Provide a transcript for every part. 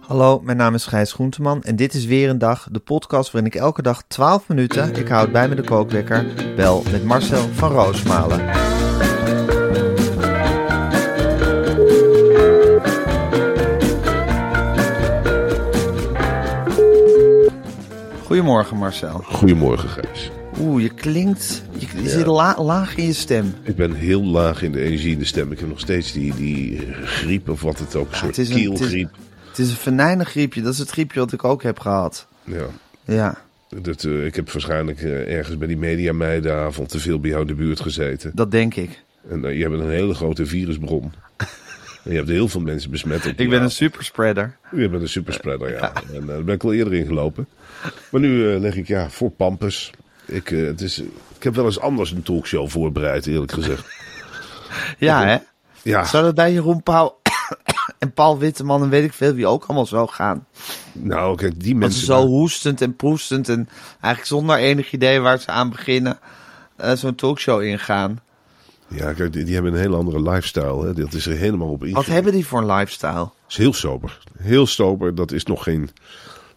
Hallo, mijn naam is Gijs Groenteman en dit is weer een dag, de podcast waarin ik elke dag 12 minuten, ik houd bij me de kookwekker, bel met Marcel van Roosmalen. Goedemorgen Marcel. Goedemorgen, Gijs. Oeh, je klinkt, je, je zit la- laag in je stem. Ik ben heel laag in de energie in de stem. Ik heb nog steeds die, die griep of wat het ook, een soort het, is een, het, is, kielgriep. het is een venijnig griepje, dat is het griepje wat ik ook heb gehad. Ja. Ja, Dat, eh, ik heb waarschijnlijk eh, ergens bij die media meidenavond te veel bij jou in de buurt gezeten. dat denk ik. En eh, je hebt een hele grote virusbron. en je hebt heel veel mensen besmet. Op de Ik ben een avond. superspreader. Je bent een superspreader, ja. En eh, daar ben ik al eerder in gelopen. Maar nu eh, leg ik ja voor Pampus. Ik, eh, het is, ik heb wel eens anders een talkshow voorbereid, eerlijk gezegd. Ja, hè? Ja. Zou dat bij Jeroen Pauw en Paul Witteman en weet ik veel wie ook allemaal zo gaan? Nou, kijk, die Dat ze mensen... zo hoestend en proestend en eigenlijk zonder enig idee waar ze aan beginnen eh, zo'n talkshow ingaan. Ja, kijk, die, die hebben een hele andere lifestyle. Hè. Dat is er helemaal op Wat ingericht. hebben die voor een lifestyle? is heel sober. Heel sober, dat is nog geen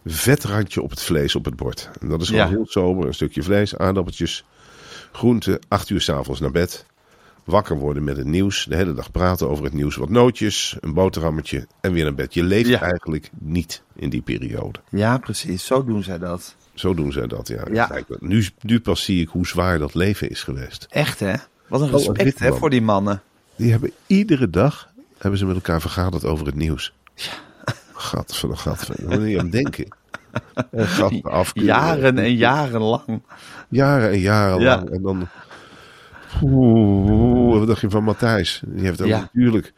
vetrandje op het vlees op het bord. En dat is gewoon Ja. heel sober. Een stukje vlees, aardappeltjes, groenten, acht uur s'avonds naar bed. Wakker worden met het nieuws. De hele dag praten over het nieuws. Wat nootjes, een boterhammetje en weer naar bed. Je leeft Ja. eigenlijk niet in die periode. Ja, precies. Zo doen zij dat. Zo doen zij dat, ja. Ja. Kijk, nu, nu pas zie ik hoe zwaar dat leven is geweest. Echt, hè? Wat een Paul en respect hè, Witteman. voor die mannen. Die hebben iedere dag hebben ze met elkaar vergaderd over het nieuws. Gat van de gat van. Daar moet je aan denken. Eh, En gat afkeuren. Jaren en jaren lang. Jaren en jaren Ja. lang. En dan. Oeh, wat dacht je van Matthijs? Die heeft ook Ja. natuurlijk.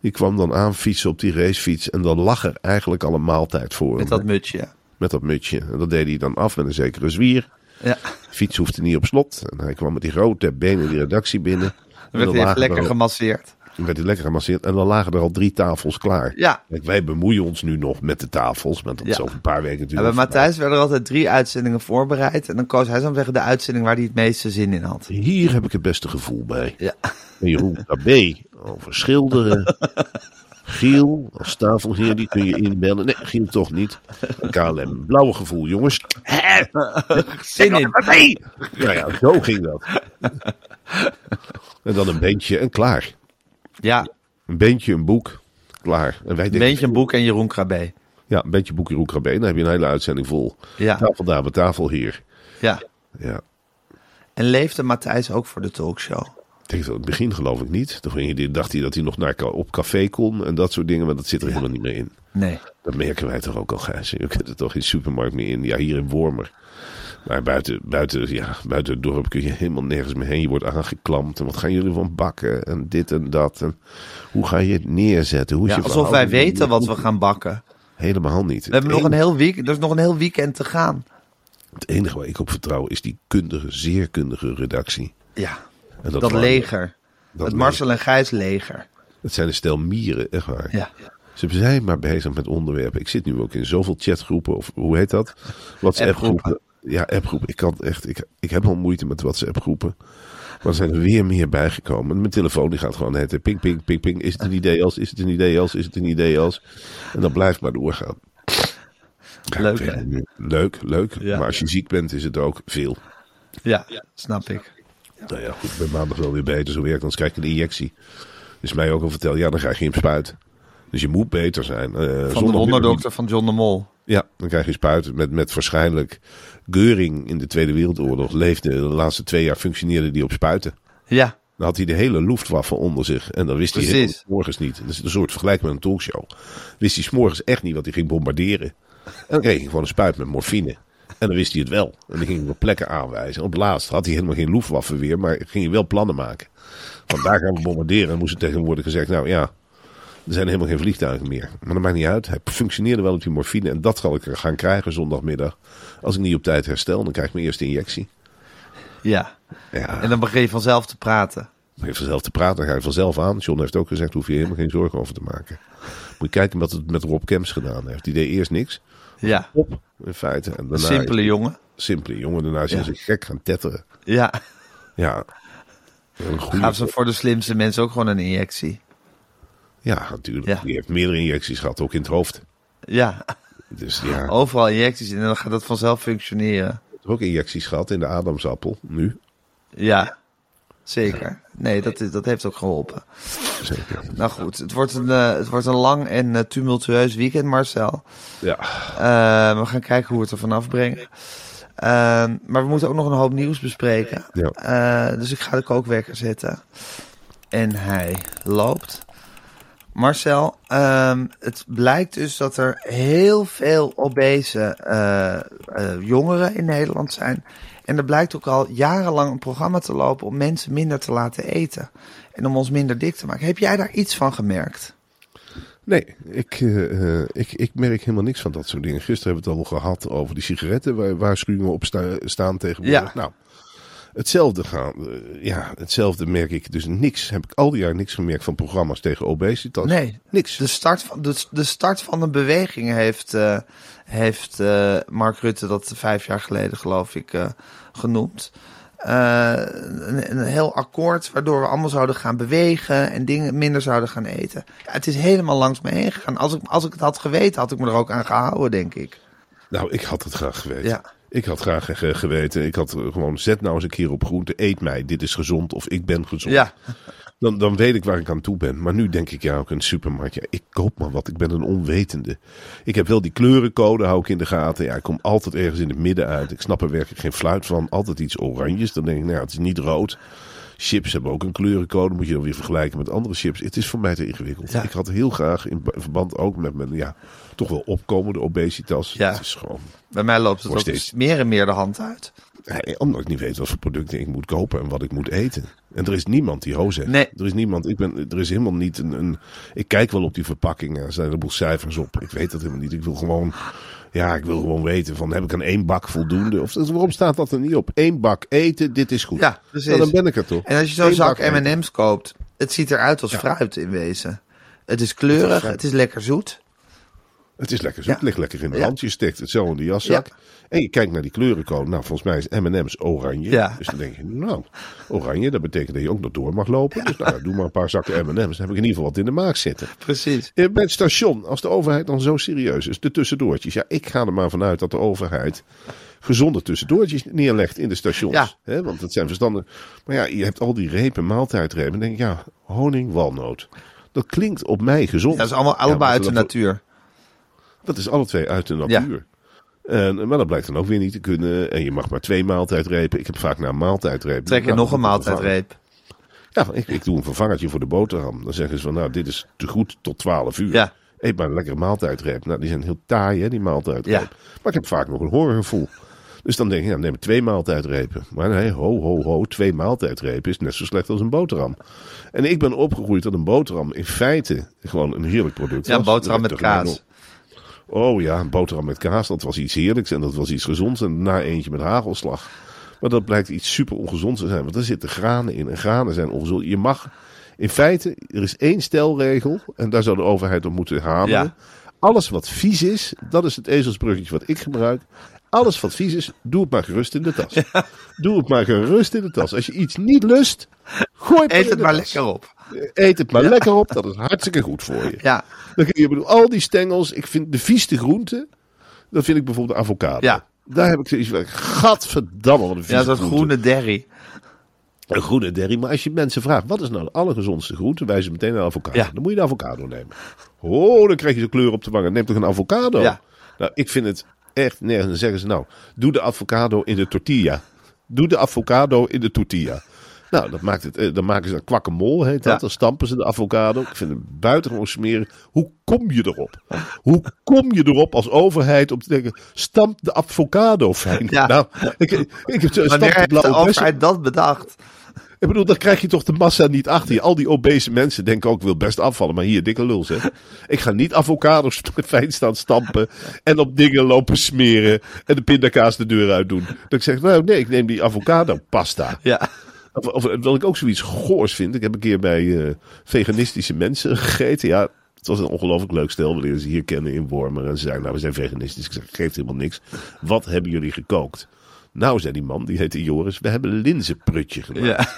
Die kwam dan aan fietsen op die racefiets. En dan lag er eigenlijk al een maaltijd voor Met hem. dat mutsje. Met dat mutsje. En dat deed hij dan af met een zekere zwier. Ja. De fiets hoefde niet op slot. En hij kwam met die grote benen die redactie binnen. En Dan werd dan hij even lagen lekker er al- gemasseerd. dan werd hij lekker gemasseerd. En dan lagen er al drie tafels klaar. Ja. Kijk, wij bemoeien ons nu nog met de tafels. Maar dat is Ja. over een paar weken En natuurlijk. bij voorbij. Matthijs werden er altijd drie uitzendingen voorbereid. En dan koos hij zo zeggen de uitzending waar hij het meeste zin in had. Hier heb ik het beste gevoel bij. Ja. En Jeroen KB over schilderen. Giel als tafelheer, die kun je inbellen. Nee, Giel toch niet. KLM, blauwe gevoel, jongens. Hè? Zin in. Nee! Nou ja, zo ging dat. En dan een beentje en klaar. Ja, Een beentje, een boek, klaar. En wij denken, Beentje een Boek en Jeroen Krabbe. Ja, een beetje boekje Roek Dan heb je een hele uitzending vol. Ja. Tafel daar, bij tafel hier. Ja. Ja. En leefde Matthijs ook voor de talkshow? Ik denk dat in het begin geloof ik niet. Toen ging hij- dacht hij dat hij nog naar, op café kon en dat soort dingen. Maar dat zit er helemaal niet meer in. Nee. Dat merken wij toch ook al, Gijs. Je kunt er toch geen supermarkt meer in. Ja, hier in Wormer. Maar buiten, buiten, ja, buiten het dorp kun je helemaal nergens meer heen. Je wordt aangeklampt. En wat gaan jullie van bakken? En dit en dat. En hoe ga je het neerzetten? Hoe is Ja, je alsof wij verhouding? weten wat we gaan bakken. Helemaal niet. We hebben nog een heel week, er is nog een heel weekend te gaan. Het enige waar ik op vertrouw is die kundige, zeer kundige redactie. Ja. En Dat, waren- leger. Dat het Marcel en Gijs leger. Het zijn een stel mieren, echt waar. Ja. Ze zijn maar bezig met onderwerpen. Ik zit nu ook in zoveel chatgroepen, of hoe heet dat? WhatsApp-groepen. Ja, appgroepen. Ik, kan echt, ik, ik heb al moeite met WhatsApp-groepen. Maar er zijn er weer meer bijgekomen. En Mijn telefoon die gaat gewoon het hele ping, ping, ping, ping. Is het een idee als? Is het een idee als? Is het een idee als? En dat blijft maar doorgaan. Ja, Leuk, ik hè? weet het niet. Leuk, leuk. Ja. Maar als je ziek bent, is het ook veel. Ja, snap ik. Nou ja, goed, ik ben maandag wel weer beter, zo werkt het, anders krijg ik een injectie. Dus mij ook al verteld, ja, dan krijg je een spuit. Dus je moet beter zijn. Eh, Van de zondag- wonderdokter van John de Mol. Ja, dan krijg je spuit met, met waarschijnlijk Geuring in de Tweede Wereldoorlog. Leefde de laatste twee jaar functioneerde die op spuiten. Ja, Dan had hij de hele Luftwaffe onder zich. En dan wist hij Precies. s morgens niet. Dat is een soort vergelijk met een talkshow. Wist hij 's morgens echt niet wat hij ging bombarderen. En dan kreeg hij gewoon een spuit met morfine. En dan wist hij het wel. En dan ging hij wat plekken aanwijzen. Op het laatst had hij helemaal geen Luftwaffe weer. Maar ging hij wel plannen maken. Van daar gaan we bombarderen. En moest er tegenwoordig gezegd. Nou ja, er zijn helemaal geen vliegtuigen meer. Maar dat maakt niet uit. Hij functioneerde wel op die morfine. En dat zal ik er gaan krijgen zondagmiddag. Als ik niet op tijd herstel. Dan krijg ik mijn eerste injectie. ja. Ja. En dan begin je vanzelf te praten. Dan ga je vanzelf te praten, dan ga je vanzelf aan. John heeft ook gezegd, hoef je helemaal geen zorgen over te maken. Moet je kijken wat het met Rob Kemps gedaan heeft. Die deed eerst niks. Ja, Op, in feite. En een daarna simpele jongen. Simpele jongen. Daarna is hij Ja. zich gek gaan tetteren. Ja, Ja. Een goede- gaven ze voor de slimste mensen ook gewoon een injectie. Ja, natuurlijk. Ja. Die heeft meerdere injecties gehad, ook in het hoofd. Ja, Dus ja, overal injecties in en dan gaat dat vanzelf functioneren. heeft ook injecties gehad in de Adamsappel. Nu, Ja, zeker. Nee, dat, is- dat heeft ook geholpen. zeker. Nou goed, het wordt een, eh, het wordt een lang en eh, tumultueus weekend, Marcel. Ja, Eh, we gaan kijken hoe we het ervan afbrengen. Eh, maar we moeten ook nog een hoop nieuws bespreken. Ja. Eh, dus ik ga de kookwekker zetten. En hij loopt. Marcel, ehm, het blijkt dus dat er heel veel obese eh, eh, jongeren in Nederland zijn. En er blijkt ook al jarenlang een programma te lopen om mensen minder te laten eten. En om ons minder dik te maken. Heb jij daar iets van gemerkt? nee, ik, eh, eh, ik, ik merk helemaal niks van dat soort dingen. Gisteren hebben we het al gehad over die sigaretten, waar waarschuwingen op sta- staan tegenwoordig. Ja. Nou, Hetzelfde gaan. eh, ja, hetzelfde merk ik dus niks. Heb ik al die jaar niks gemerkt van programma's tegen obesitas. Nee, Dus- niks. De start van de, de, start van een beweging heeft, eh, heeft eh, Mark Rutte dat vijf jaar geleden, geloof ik, eh, genoemd. Eh, een, een heel akkoord waardoor we allemaal zouden gaan bewegen en dingen minder zouden gaan eten. Ja, het is helemaal langs me heen gegaan. Als ik, als ik het had geweten, had ik me er ook aan gehouden, denk ik. Nou, ik had het graag geweten. Ja. Ik had graag eh, geweten. Ik had eh, gewoon zet nou eens een keer op groente. Eet mij. Dit is gezond of ik ben gezond. Ja, Dan, dan weet ik waar ik aan toe ben. Maar nu denk ik ja ook in de supermarkt. Ja, ik koop maar wat. Ik ben een onwetende. Ik heb wel die kleurencode hou ik in de gaten. Ja, ik kom altijd ergens in het midden uit. Ik snap er werkelijk geen fluit van. Altijd iets oranjes. Dan denk ik nou ja, het is niet rood. Chips hebben ook een kleurencode. Moet je dan weer vergelijken met andere chips. Het is voor mij te ingewikkeld. Ja. Ik had heel graag in ba- verband ook met mijn ja, toch wel opkomende obesitas. Ja. Het is gewoon... bij mij loopt het ook Wordt steeds- meer en meer de hand uit. Nee, omdat ik niet weet wat voor producten ik moet kopen en wat ik moet eten. En er is niemand die ho zegt. Nee. Er is niemand. Ik ben, er is helemaal niet een, een. Ik kijk wel op die verpakkingen. Er zijn een heleboel cijfers op. Ik weet dat helemaal niet. Ik wil gewoon. Ja, ik wil gewoon weten van heb ik aan één bak voldoende? Of waarom staat dat er niet op? Eén bak eten, dit is goed. Ja, precies. Nou, dan ben ik er toch. En als je zo'n Eén zak bak eten. M&M's koopt, het ziet eruit als fruit in wezen. Het is kleurig, het is lekker zoet. Het is lekker zo. Het Ja. ligt lekker in de Ja. hand. Je steekt het zo in de jaszak. Ja. En je kijkt naar die kleurencode. Nou, volgens mij is M&M's oranje. Ja. Dus dan denk je, nou, oranje, dat betekent dat je ook nog door mag lopen. Dus nou, ja, doe maar een paar zakken M&M's. Dan heb ik in ieder geval wat in de maag zitten. Precies. Eh, Bij het station, als de overheid dan zo serieus is, de tussendoortjes. Ja, ik ga er maar vanuit dat de overheid gezonde tussendoortjes neerlegt in de stations. Ja. Hè, want dat zijn verstanden. Maar ja, je hebt al die repen, maaltijdrepen. Dan denk ik, ja, honing, walnoot. Dat klinkt op mij gezond. Dat is allemaal Ja, allebei maar uit de dat- natuur. dat is alle twee uit de natuur. En, maar dat blijkt dan ook weer niet te kunnen. En je mag maar twee maaltijdrepen. Ik heb vaak na een maaltijdreep. Trek je Nou, nog een dan moet ik vervangen. maaltijdreep. Ja, ik, ik doe een vervangertje voor de boterham. Dan zeggen ze van, nou, dit is te goed tot 12 uur. Ja. Eet maar een lekkere maaltijdreep. Nou, die zijn heel taai, hè, die maaltijdreep. Ja. Maar ik heb vaak nog een hongergevoel. Dus dan denk ik, nou, neem maar twee maaltijdrepen. Maar nee, ho, ho, ho, twee maaltijdrepen is net zo slecht als een boterham. En ik ben opgegroeid dat een boterham in feite gewoon een heerlijk product Ja, was. boterham Dat met werd tegelijk kaas. nog- Oh ja, een boterham met kaas, dat was iets heerlijks en dat was iets gezonds. En na eentje met hagelslag. Maar dat blijkt iets super ongezonds te zijn, want er zitten granen in. En granen zijn ongezond. Je mag, in feite, er is één stelregel en daar zou de overheid op moeten hameren. Ja. Alles wat vies is, dat is het ezelsbruggetje wat ik gebruik. Alles wat vies is, doe het maar gerust in de tas. Doe het maar gerust in de tas. Als je iets niet lust, gooi het, Eet in het de maar tas. lekker op. Eet het maar lekker op, dat is hartstikke goed voor je. Ja, Dan kun je ik bedoel, al die stengels. Ik vind de vieste groenten. Dat vind ik bijvoorbeeld de avocado. Ja. Daar heb ik zoiets van. Gadverdamme, wat een vieze ja zo'n groente. groene derry. Een groene derry. Maar als je mensen vraagt, wat is nou de allergezondste groente? Wijzen ze meteen naar avocado. Ja. Dan moet je de avocado nemen. Oh, dan krijg je de kleur op de wangen. Neem toch een avocado? Ja. Nou, ik vind het echt nergens. Dan zeggen ze nou, doe de avocado in de tortilla. Doe de avocado in de tortilla. Nou, dat maakt het, eh, dan maken ze een kwakemol, heet dat. Ja. Dan stampen ze de avocado. Ik vind het buitengewoon smerig. Hoe kom je erop? Hoe kom je erop als overheid om te denken, stamp de avocado fijn? Ja. Nou, ik, ik heb zo'n Wanneer stamp de heeft de blauwe bessen. overheid dat bedacht? Ik bedoel, dan krijg je toch de massa niet achter je. Al die obese mensen denken ook, ik wil best afvallen. Maar hier, dikke lul zeg. Ik ga niet avocados fijn staan stampen. En op dingen lopen smeren. En de pindakaas de deur uit doen. Dat ik zeg, nou nee, ik neem die avocado pasta. Ja. Of, of wat ik ook zoiets goors vind. Ik heb een keer bij eh, veganistische mensen gegeten. Ja, het was een ongelooflijk leuk stel. We leren ze hier kennen in Wormer. En ze zeiden, nou we zijn veganistisch. Ik zeg, geeft helemaal niks. Wat hebben jullie gekookt? Nou, zei die man, die heette Joris, we hebben linzenprutje gemaakt. Ja.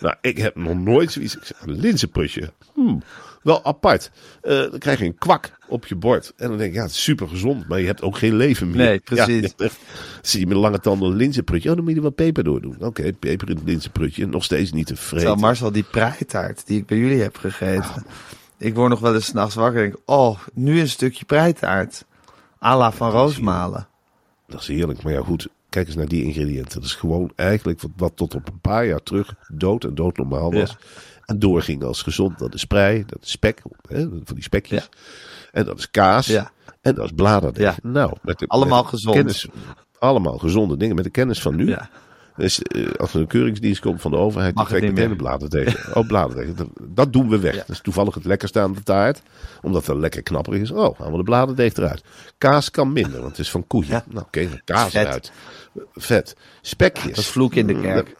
Nou, ik heb nog nooit zoiets. Ik zeg, een linzenputje. Hmm, wel apart. Eh, dan krijg je een kwak op je bord. En dan denk je, ja, het is super gezond, maar je hebt ook geen leven meer. Nee, precies. Ja, je hebt echt- zie je met lange tanden een linzenprutje. Oh, dan moet je er wat peper door doen. Oké, peper in het linzenprutje. Nog steeds niet te Terwijl vreten. Marcel, die preitaart die ik bij jullie heb gegeten. Ik word nog wel eens 's nachts wakker en denk, oh, nu een stukje preitaart. Ala van Roosmalen. Dat is heerlijk. Maar ja, goed. Kijk eens naar die ingrediënten. Dat is gewoon eigenlijk wat, wat tot op een paar jaar terug dood en doodnormaal was. En doorging als gezond. Dat is prei, dat is spek, hè, van die spekjes. En dat is kaas. Ja. En dat is bladerdeeg. Ja. Nou, met de, Allemaal met de gezond. kennis- allemaal gezonde dingen. Met de kennis van nu. Ja. Dus, eh, als er een keuringsdienst komt van de overheid, Mag dan het niet trekt meteen de bladerdeeg. Oh, bladerdeeg. Dat, dat doen we weg. Dat is toevallig het lekkerste aan de taart. Omdat het lekker knapper is. Oh, halen we de bladerdeeg eruit. Kaas kan minder, want het is van koeien. Ja. Nou, oké, dan kaas Vet. eruit. Vet. Spekjes. Dat is vloek in de kerk. Dat,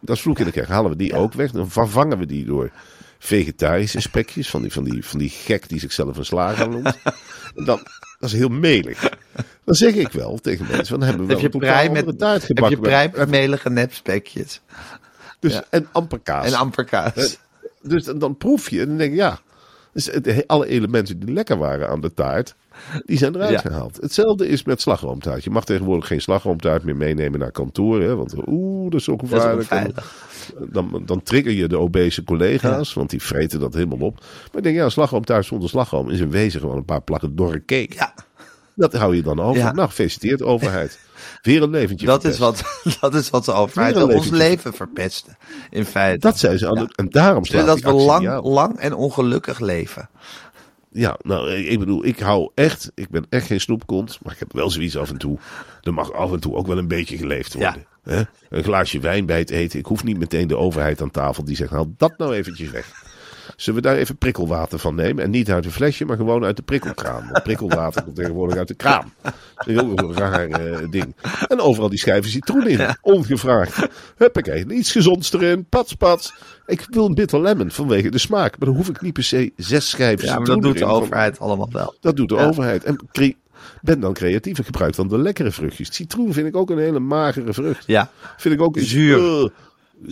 dat is vloek in de kerk. Halen we die ook weg. Dan vervangen we die door vegetarische spekjes. Van die, van die, van die gek die zichzelf een slager noemt. En dan, dat is heel melig. Dan zeg ik wel tegen mensen. van, Dan hebben we Heb wel je een totaal prei andere met, taart heb je gebakken. prei met melige nepspekjes. dus, En amper kaas. En amper kaas. Dus dan, dan proef je en dan denk je, ja. Dus het, he- alle elementen die lekker waren aan de taart, die zijn eruit Ja. gehaald. Hetzelfde is met slagroomtaart. Je mag tegenwoordig geen slagroomtaart meer meenemen naar kantoor. Hè, want oeh, dat is ook Dat is gevaarlijk. onveilig. dan, dan trigger je de obese collega's, want die vreten dat helemaal op. Maar ik denk, ja, slagroomtaart zonder slagroom is in wezen gewoon een paar plakken dorre cake. Ja, Dat hou je dan over. Ja. Nou, gefeliciteerd overheid. Weer een leventje dat is, verpest. wat, dat is wat de overheid Weer een ons leventje. leven verpesten. In feite. Dat zijn ze aan het- En daarom staat dat die we actie lang, niet aan. lang en ongelukkig leven. Ja, nou, ik ik bedoel, ik hou echt, ik ben echt geen snoepkont, maar ik heb wel zoiets af en toe. Er mag af en toe ook wel een beetje geleefd worden. Hè? Een glaasje wijn bij het eten. Ik hoef niet meteen de overheid aan tafel die zegt, haal dat nou eventjes weg. Zullen we daar even prikkelwater van nemen? En niet uit een flesje, maar gewoon uit de prikkelkraan. Want prikkelwater komt tegenwoordig uit de kraan. Dat is een heel raar eh, ding. En overal die schijven citroen in. Ongevraagd. Huppakee, iets gezonds erin. Pats, pats. Ik wil een bitter lemon vanwege de smaak. Maar dan hoef ik niet per se zes schijven Ja, maar citroen dat Dus doet de erin. Van- overheid allemaal wel. dat doet de Ja. overheid. En cre- ben dan creatief en gebruik dan de lekkere vruchtjes. Citroen vind ik ook een hele magere vrucht. Ja. Vind ik ook iets, Zuur. eh,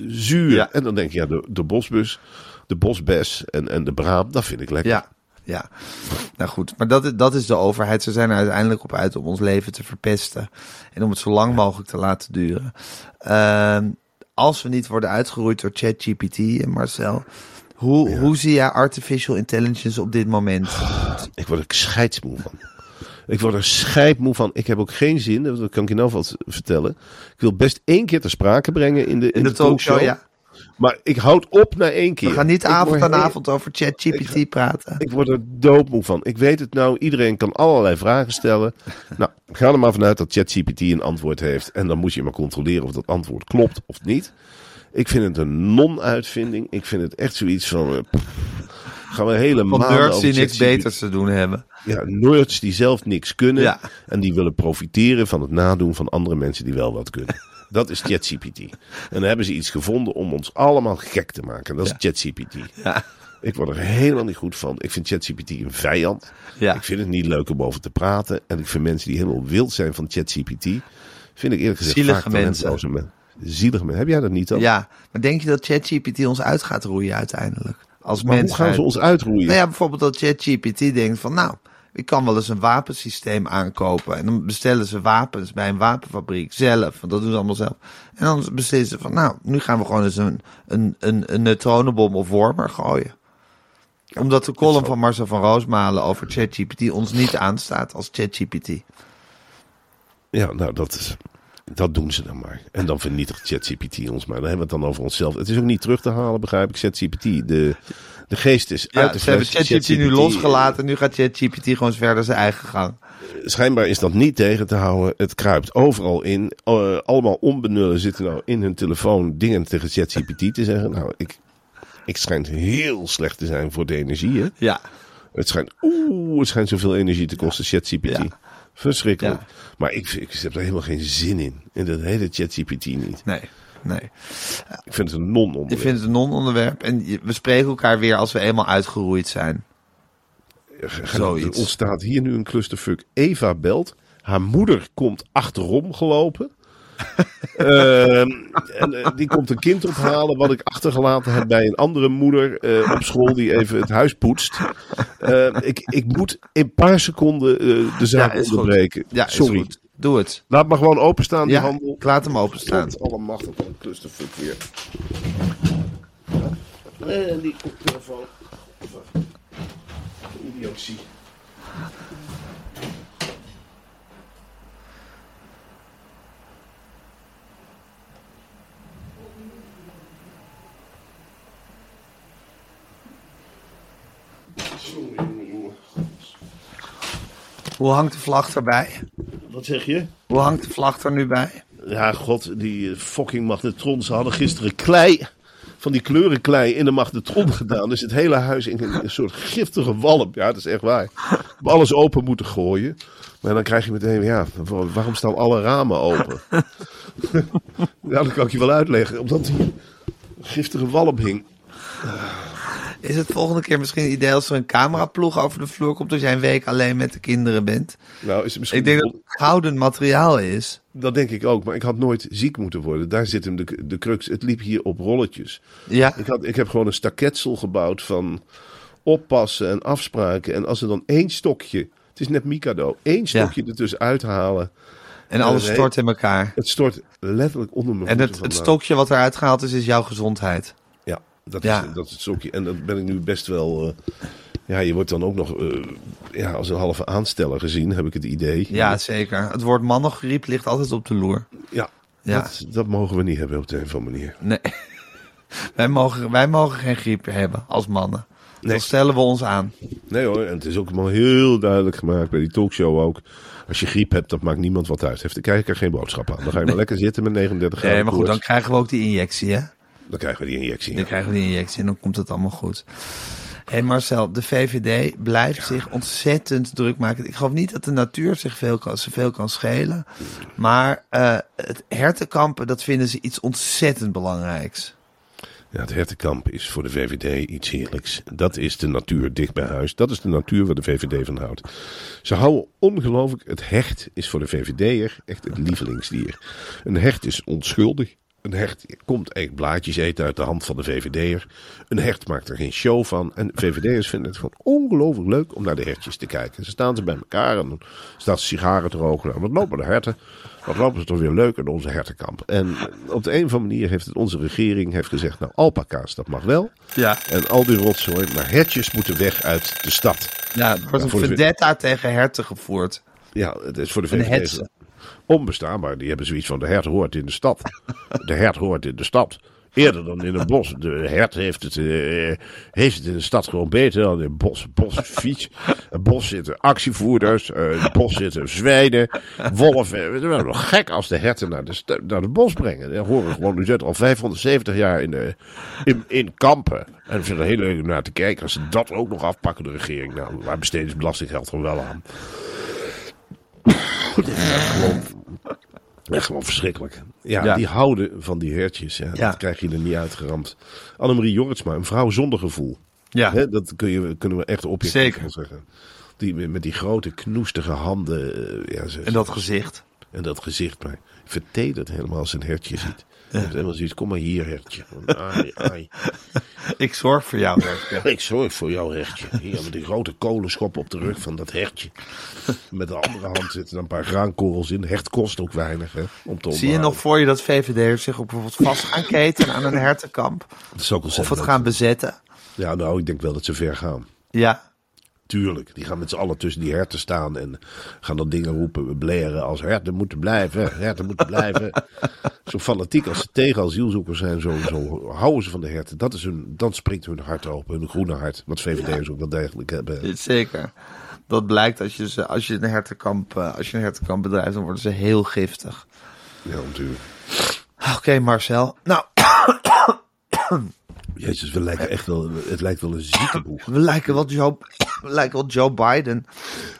zuur. Ja. En dan denk je, ja, de, de bosbus, de bosbes en, en de braam, dat vind ik lekker. Ja, ja. Nou goed, maar dat, i- dat is de overheid. Ze zijn er uiteindelijk op uit om ons leven te verpesten. En om het zo lang mogelijk te laten duren. Ehm, als we niet worden uitgeroeid door ChatGPT en Marcel. Hoe, hoe zie jij artificial intelligence op dit moment? Ik word er scheidsmoe van. Ik word er scheidmoe van. Ik heb ook geen zin, dat kan ik je nou wat vertellen. Ik wil best één keer ter sprake brengen in de, in de talkshow, Maar ik houd op na één keer. We gaan niet Ik word avond aan heel- avond over ChatGPT praten. Ik word er doodmoe van. Ik weet het nou. Iedereen kan allerlei vragen stellen. Nou, ga er maar vanuit dat ChatGPT een antwoord heeft. En dan moet je maar controleren of dat antwoord klopt of niet. Ik vind het een non-uitvinding. Ik vind het echt zoiets van... eh, pff, gaan we hele Want maanden nerds die over niks ChatGPT beters te doen hebben. ja, nerds die zelf niks kunnen. Ja. En die willen profiteren van het nadoen van andere mensen die wel wat kunnen. Dat is ChatGPT. En dan hebben ze iets gevonden om ons allemaal gek te maken. Dat is ChatGPT. Ik word er helemaal niet goed van. Ik vind ChatGPT een vijand. Ja. Ik vind het niet leuk om over te praten. En ik vind mensen die helemaal wild zijn van ChatGPT. Vind ik eerlijk gezegd Zielige vaak mensen. talentloze men- Zielige mensen. Heb jij dat niet dan? Ja, maar denk je dat ChatGPT ons uit gaat roeien uiteindelijk? Als maar hoe mensheid? gaan ze ons uitroeien? Nou ja, bijvoorbeeld dat ChatGPT denkt van, nou, Ik kan wel eens een wapensysteem aankopen. En dan bestellen ze wapens bij een wapenfabriek zelf. Want dat doen ze allemaal zelf. En dan beslissen ze van, nou, nu gaan we gewoon eens een, een, een, een neutronenbom of wormer gooien. Omdat de column van Marcel van Roosmalen over ChatGPT ons niet aanstaat als ChatGPT. Ja, nou, dat is. Dat doen ze dan maar. En dan vernietigt ChatGPT ons maar. Dan hebben we het dan over onszelf. Het is ook niet terug te halen, begrijp ik. ChatGPT, de, de geest is uit Ja, de ze hebben fles. ChatGPT eh. nu losgelaten. Nu gaat ChatGPT gewoon verder zijn eigen gang. Schijnbaar is dat niet tegen te houden. Het kruipt overal in. Eh, allemaal onbenullen zitten nou in hun telefoon dingen tegen ChatGPT te zeggen. Nou, ik, ik schijnt heel slecht te zijn voor de energie, hè. Ja. Het schijnt, oeh, het schijnt zoveel energie te kosten, ChatGPT. Ja. Verschrikkelijk. Ja. Maar ik, ik heb er helemaal geen zin in. In dat hele ChatGPT niet. Nee, nee. Ik vind het een non Je vindt het een non-onderwerp. En je- we spreken elkaar weer als we eenmaal uitgeroeid zijn. Er Zoiets. ontstaat hier nu een clusterfuck. Eva belt. Haar moeder komt achterom gelopen. Ehm, en, eh, die komt een kind ophalen wat ik achtergelaten heb bij een andere moeder eh, op school die even het huis poetst. Eh, ik, ik moet in een paar seconden eh, de zaak is goed. onderbreken. Ja, is Sorry. goed. Doe het. Laat maar gewoon openstaan, die Ja, handel. ik laat hem openstaan. Tot allemachtig, wat een clusterfuck weer. En die koptelefoon. Idiotie. Jongen, jongen, jongen. Hoe hangt de vlag erbij? Wat zeg je? Hoe hangt de vlag er nu bij? Ja, god, die eh, fucking magnetron. Ze hadden gisteren klei, van die kleurenklei, in de magnetron gedaan. Dus het hele huis in een, een soort giftige walm. Ja, dat is echt waar. We hebben alles open moeten gooien. Maar dan krijg je meteen, ja, wa- waarom staan alle ramen open? ja, dat kan ik je wel uitleggen. Omdat die giftige walm hing. Is het volgende keer misschien een idee als er een cameraploeg over de vloer komt als jij een week alleen met de kinderen bent? Nou, is het misschien... Ik denk dat het gouden materiaal is. Dat denk ik ook, maar ik had nooit ziek moeten worden. Daar zit hem de, de crux. Het liep hier op rolletjes. Ja. Ik, had, ik heb gewoon een staketsel gebouwd van oppassen en afspraken. En als er dan één stokje, het is net Mikado, één stokje dus ertussen uithalen. En alles Nee. stort in elkaar. Het stort letterlijk onder mijn En voeten het, het vandaan. stokje wat eruit gehaald is, is jouw gezondheid. Ja, dat, Ja. Is, dat is het stokje. En dat ben ik nu best wel... eh, ja, je wordt dan ook nog eh, ja, als een halve aansteller gezien, heb ik het idee. Ja, zeker. Het woord mannengriep ligt altijd op de loer. ja, Ja. Dat, dat mogen we niet hebben op de een of andere manier. Nee. Wij mogen, wij mogen geen griep hebben als mannen. Nee. Dat stellen we ons aan. Nee hoor, en het is ook allemaal heel duidelijk gemaakt bij die talkshow ook. Als je griep hebt, dat maakt niemand wat uit. Heeft de kijker geen boodschap aan. Dan ga je maar lekker zitten met 39 graden. Nee, maar goed, dan koorts. krijgen we ook die injectie, hè? Dan krijgen we die injectie. Dan krijgen we die injectie en dan komt het allemaal goed. Hé hey Marcel, de VVD blijft zich ontzettend druk maken. Ik geloof niet dat de natuur zich veel kan, ze veel kan schelen. Maar eh, het hertenkampen, dat vinden ze iets ontzettend belangrijks. Ja, het hertenkamp is voor de VVD iets heerlijks. Dat is de natuur dicht bij huis. Dat is de natuur waar de VVD van houdt. Ze houden ongelooflijk... Het hecht is voor de VVD'er echt het lievelingsdier. Een hecht is onschuldig. Een hecht komt echt blaadjes eten uit de hand van de VVD'er. Een hecht maakt er geen show van. En VVD'ers vinden het gewoon ongelooflijk leuk om naar de hertjes te kijken. Ze staan ze bij elkaar en dan staan ze sigaren te roken. En wat lopen de herten? Wat lopen ze toch weer leuk in onze hertenkamp? En op de een of andere manier heeft het onze regering heeft gezegd... nou, alpaca's, dat mag wel. Ja. En al die rotzooi, maar hertjes moeten weg uit de stad. Ja, er wordt Ja, voor een de- vendetta tegen herten gevoerd. Ja, het is voor de Een VVD hetze. onbestaanbaar. Die hebben zoiets van de hert hoort in de stad. De hert hoort in de stad. Eerder dan in een bos. De hert heeft het, eh, heeft het in de stad gewoon beter dan in het bos. Bos is vies. In het bos zitten actievoerders. eh, in het bos zitten zwijnen. Wolven. Het is wel nog gek als de herten naar de, st- naar de bos brengen. Dan horen we gewoon, die zitten al 570 jaar in, de, in, in kampen. En ik vind het heel leuk om naar te kijken. Als ze dat ook nog afpakken, de regering. Nou, waar besteden ze belastinggeld gewoon wel aan? Echt gewoon verschrikkelijk. Ja, Ja. die houden van die hertjes. Ja, Ja. Dat krijg je er niet uitgeramd. Annemarie Jorritsma, een vrouw zonder gevoel. Ja. Hè, dat kun je, kunnen we echt objectief Zeker. van zeggen. Die met die grote knoestige handen. eh, Ja, ze, En dat gezicht. En dat gezicht mij vertedert helemaal als een hertje ziet. En helemaal zoiets, kom maar hier hertje. Ai, ai. Ik zorg voor jou. Werker. Ik zorg voor jou hertje. Hier met die grote kolenschop op de rug van dat hertje. Met de andere hand zitten er een paar graankorrels in. Hert kost ook weinig hè, om te Zie je nog onderhouden. voor je dat VVD'ers zich ook bijvoorbeeld vast gaan keten aan een hertenkamp? Dat is ook al Of het zeker. gaan bezetten? Ja, nou, ik denk wel dat ze ver gaan. Ja. Tuurlijk, die gaan met z'n allen tussen die herten staan en gaan dan dingen roepen, bleren als herten moeten blijven, herten moeten blijven. zo fanatiek als ze tegen asielzoekers zijn, zo, zo houden ze van de herten. Dat is hun, dan springt hun hart open, hun groene hart, wat VVD'ers ook wel degelijk hebben. Zeker. Dat blijkt als je, ze, als je, een, hertenkamp, eh, als je een hertenkamp bedrijft, dan worden ze heel giftig. Ah, Ja, natuurlijk. Oké, Marcel. Nou, Jezus, we lijken echt wel, het lijkt wel een zieke boeg. we lijken wel Joe, we lijken wel Joe Biden.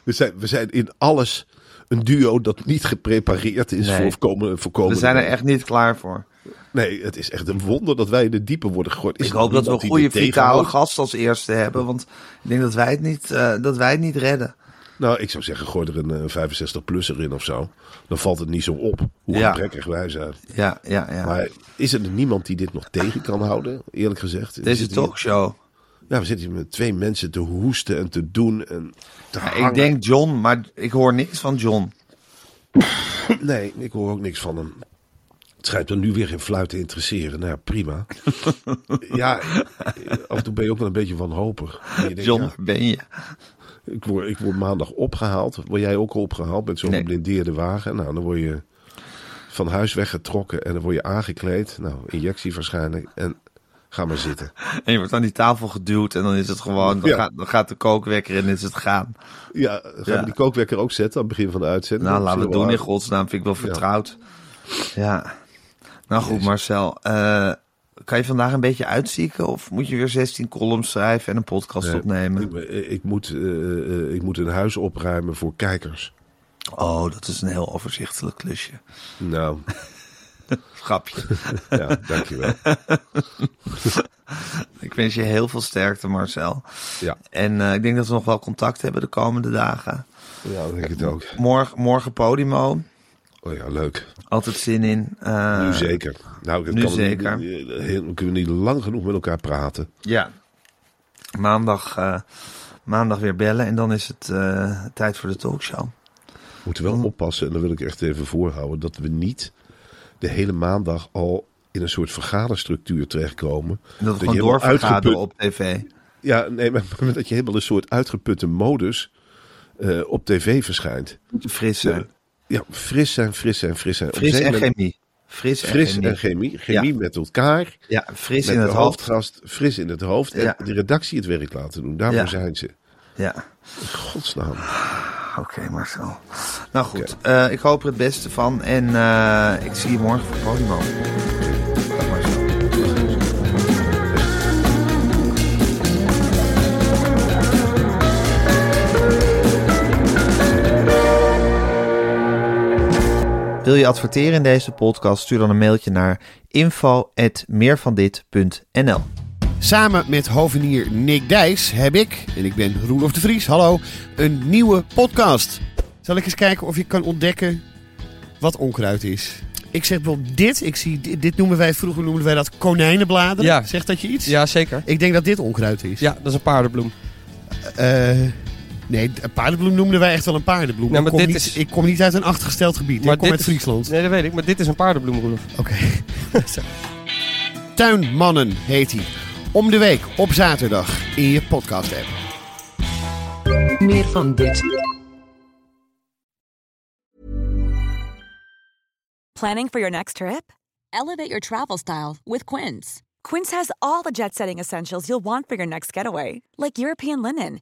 We zijn, we zijn in alles een duo dat niet geprepareerd is Nee. voor voorkomen. We voorkomen zijn er echt niet klaar voor. Nee, het is echt een wonder dat wij in de diepe worden gegooid. Is Ik er hoop dat we niemand een die goede dit vitale tegenhoudt? gast als eerste hebben. Want ik denk dat wij het niet, eh, dat wij het niet redden. Nou, ik zou zeggen, gooi er een 65-plusser in of zo. Dan valt het niet zo op hoe Ja. gebrekkig wij zijn. Ja, ja, ja. Maar is er niemand die dit nog tegen kan houden, eerlijk gezegd? We Deze zitten hier- talkshow. ja, we zitten hier met twee mensen te hoesten en te doen en te Ja, hangen. ik denk John, maar ik hoor niks van John. Nee, ik hoor ook niks van hem. Het schijnt me nu weer geen fluit te interesseren. Nou ja, prima. ja, af en toe ben je ook wel een beetje wanhopig. En je denkt, John, ja, waar ben je? Ik word, ik word maandag opgehaald. Word jij ook al opgehaald met zo'n Nee. geblindeerde wagen? Nou, dan word je van huis weggetrokken en dan word je aangekleed. Nou, injectie waarschijnlijk. En ga maar zitten. En je wordt aan die tafel geduwd en dan is het gewoon, dan, Ja. gaat, dan gaat de kookwekker en is het gaan. Ja, gaan Ja. we die kookwekker ook zetten aan het begin van de uitzending? Nou, laten we Zullen het doen in aan- godsnaam, vind ik wel vertrouwd. Ja. Nou goed, Marcel. eh, kan je vandaag een beetje uitzieken of moet je weer 16 columns schrijven en een podcast Nee, opnemen? Ik, ik moet, eh, eh, ik moet een huis opruimen voor kijkers. Oh, dat is een heel overzichtelijk klusje. Nou, Grapje. ja, dankjewel. ik wens je heel veel sterkte, Marcel. Ja, En eh, ik denk dat we nog wel contact hebben de komende dagen. ja ik denk het ook. Morgen, morgen Podimo. Oh ja, leuk. Altijd zin in. Eh, nu zeker. Nou, dat nu kan zeker. Niet, eh, heel- we kunnen niet lang genoeg met elkaar praten. Ja. Maandag, eh, maandag weer bellen en dan is het eh, tijd voor de talkshow. We moeten Oh. wel oppassen, en dat wil ik echt even voorhouden, dat we niet de hele maandag al in een soort vergaderstructuur terechtkomen. En dat we gewoon helemaal doorvergaderen uitgeput- op tv. Ja, nee, maar, maar dat je helemaal een soort uitgeputte modus eh, op tv verschijnt. Fris zijn. Ja, fris zijn, fris zijn, fris zijn. Op een Fris en gegeven moment- chemie. Fris, Fris en chemie. en chemie. Chemie Ja. met elkaar. Ja, fris met in het de hoofd. hoofdgast, fris in het hoofd. En Ja. de redactie het werk laten doen. Daarvoor Ja. zijn ze. Ja, In Godsnaam. oké Marcel. Nou goed, eh, ik hoop er het beste van en eh, ik zie je morgen voor Podimo. Dag Marcel. Wil je adverteren in deze podcast? Stuur dan een mailtje naar info@meervandit.nl. Samen met hovenier Nick Dijs heb ik, en ik ben Roelof de Vries, hallo, een nieuwe podcast. Zal ik eens kijken of je kan ontdekken wat onkruid is? Ik zeg wel dit, ik zie, dit, dit noemen wij, vroeger noemden wij dat konijnenbladeren. Ja. Zegt dat je iets? Ja, zeker. Ik denk dat dit onkruid is. Ja, dat is een paardenbloem. Eh, nee, een paardenbloem noemden wij echt wel een paardenbloem. Ja, maar ik, kom dit niet, is- ik kom niet uit een achtergesteld gebied. ik kom uit is- Friesland. Nee, dat weet ik. Maar dit is een paardenbloem, Roelof. Oké. Tuinmannen heet hij. Om de week op zaterdag in je podcast app. Meer van dit. Planning for your next trip? Elevate your travel style with Quince. Quince has all the jet setting essentials you'll want for your next getaway, like European linen,